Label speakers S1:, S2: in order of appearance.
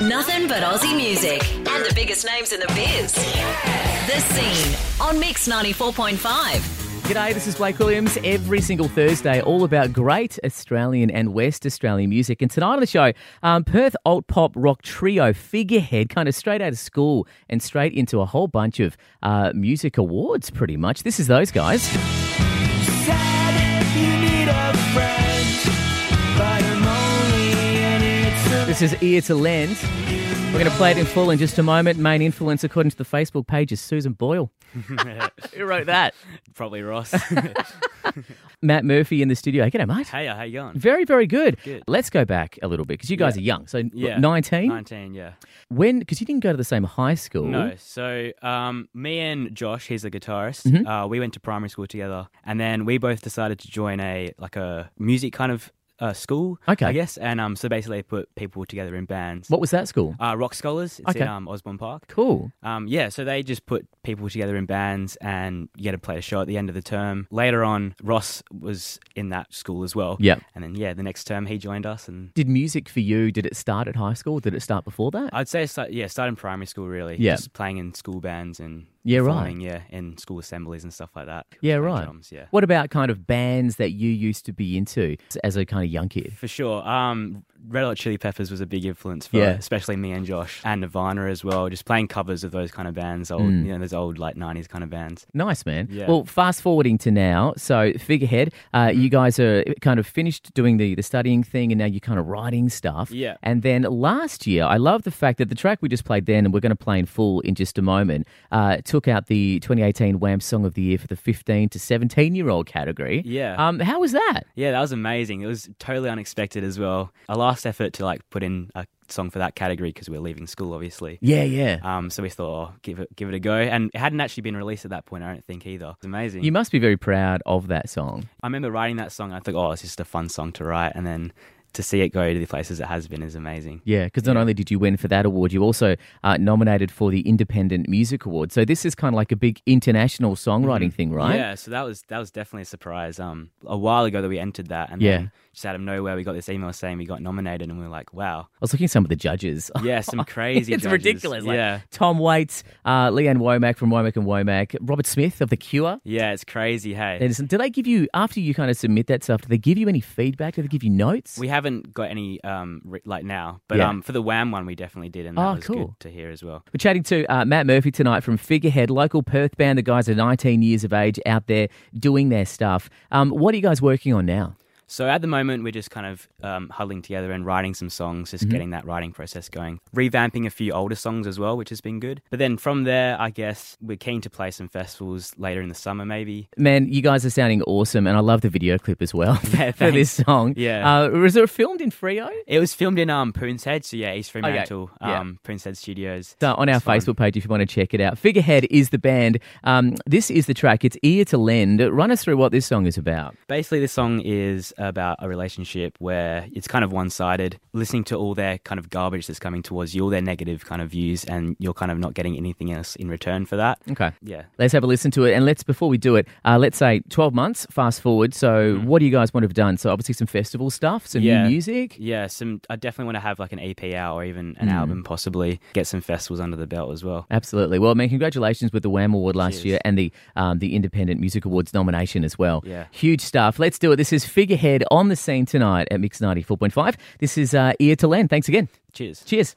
S1: Nothing but Aussie music and the biggest names in the biz. The Scene on Mix 94.5.
S2: G'day, this is Blake Williams. Every single Thursday, all about great Australian and West Australian music. And tonight on the show, um, Perth alt pop rock trio Figurehead, kind of straight out of school and straight into a whole bunch of uh, music awards, pretty much. This is those guys.
S3: Sad if you need a friend, but I'm only an instrument.
S2: This is Ear to Lend. We're going to play it in full in just a moment. Main influence, according to the Facebook page, is Susan Boyle. Who wrote that?
S4: Probably Ross.
S2: Matt Murphy in the studio. Hey, G'day, mate.
S4: hey, how you going?
S2: Very, very good.
S4: Good.
S2: Let's go back a little bit because you guys
S4: Yeah.
S2: are young. So,
S4: Yeah.
S2: 19?
S4: 19, yeah.
S2: When, because you didn't go to the same high school.
S4: No, so um, me and Josh, he's a guitarist.
S2: Mm-hmm.
S4: Uh, we went to primary school together, and then we both decided to join a like a music kind of uh, school.
S2: Okay.
S4: I guess. And um, so basically, they put people together in bands.
S2: What was that school?
S4: Uh, Rock Scholars. It's
S2: Okay.
S4: in um, Osborne Park.
S2: Cool.
S4: Um, yeah, so they just put people together in bands and you had to play a show at the end of the term. Later on, Ross was in that school as well.
S2: Yep.
S4: And then, yeah, the next term he joined us. And
S2: Did music for you, did it start at high school? Did it start before that?
S4: I'd say, start, yeah, starting primary school really.
S2: Yeah.
S4: Just playing in school bands and
S2: Yeah, right.
S4: performing, Yeah, in school assemblies and stuff like that.
S2: yeah,
S4: Playing
S2: right.
S4: drums, yeah.
S2: What about kind of bands that you used to be into as a kind of young kid?
S4: For sure. Um, Red Hot Chili Peppers was a big influence for
S2: Yeah.
S4: especially me and Josh and Nirvana as well. Just playing covers of those kind of bands, old,
S2: Mm.
S4: you know, those old like '90s kind of bands.
S2: Nice, man.
S4: Yeah. Mm-hmm.
S2: Well, fast forwarding to now. So, Figurehead, uh, you guys are kind of finished doing the, the studying thing and now you're kind of writing stuff.
S4: Yeah.
S2: And then last year, I love the fact that the track we just played then, and we're going to play in full in just a moment, uh, took out the 2018 Wham Song of the Year for the 15 to 17 year old category.
S4: Yeah.
S2: Um, how was that?
S4: Yeah, that was amazing. It was totally unexpected as well. A last effort to like put in a song for that category because we were leaving school, obviously.
S2: Yeah, yeah.
S4: Um, so we thought, oh, give it, give it a go, and it hadn't actually been released at that point. I don't think either. It's amazing.
S2: You must be very proud of that song.
S4: I remember writing that song. I thought, oh, it's just a fun song to write, and then to see it go to the places it has been is amazing.
S2: Yeah, because not only did you win for that award, you also uh, nominated for the Independent Music Award. So this is kind of like a big international songwriting thing, right?
S4: Mm-hmm. Yeah, so that was that was definitely a surprise. Um, a while ago that we entered that, and
S2: Yeah.
S4: then just out of nowhere we got this email saying we got nominated, and we were like, wow,
S2: I was looking at some of the judges.
S4: yeah, some crazy.
S2: it's
S4: judges.
S2: ridiculous. Like
S4: yeah.
S2: Tom Waits, uh, Leanne Womack from Womack and Womack, Robert Smith of The Cure.
S4: Yeah, it's crazy, hey.
S2: And do they give you after you kind of submit that stuff? Do they give you any feedback? Do they give you notes?
S4: We haven't got any um, re- like now, but
S2: Yeah.
S4: um, for the Wham one, we definitely did, and that
S2: Oh,
S4: was
S2: cool.
S4: good to hear as well.
S2: We're chatting to uh, Matt Murphy tonight from Figurehead, local Perth band. The guys are 19 years of age out there doing their stuff. Um, what are you guys working on now?
S4: So at the moment, we're just kind of um, huddling together and writing some songs,
S2: Mm-hmm.
S4: just getting that writing process going, revamping a few older songs as well, which has been good. But then from there, I guess we're keen to play some festivals later in the summer, maybe.
S2: Man, you guys are sounding awesome, and I love the video clip as well
S4: Yeah,
S2: for this song.
S4: Yeah.
S2: uh, was it filmed in Frio?
S4: It was filmed in um, Prince Head, so yeah, East Fremantle,
S2: Yeah.
S4: um, Prince Head Studios.
S2: So Uh, on our
S4: It's fun.
S2: Facebook page, if you want to check it out, Figurehead is the band. Um, this is the track. It's Ear to Lend. Run us through what this song is about.
S4: Basically, this song is about a relationship where it's kind of one sided. Listening to all their kind of garbage that's coming towards you, all their negative kind of views, and you're kind of not getting anything else in return for that.
S2: Okay.
S4: Yeah.
S2: Let's have a listen to it, and let's before we do it, uh, let's say twelve months. Fast forward. So, what do you guys want to have done? So, obviously, some festival stuff, some
S4: Mm-hmm. Yeah.
S2: new music.
S4: Yeah, some. I definitely want to have like an EP out or even an album, possibly get some festivals under the belt as well.
S2: Absolutely. Well, man, congratulations with the Wham Award last
S4: Cheers.
S2: year and the um, the Independent Music Awards nomination as well.
S4: Yeah.
S2: Huge stuff. Let's do it. This is Figurehead on the scene tonight at Mix ninety four point five. This is uh, Ear to Land. Thanks again.
S4: Cheers.
S2: Cheers.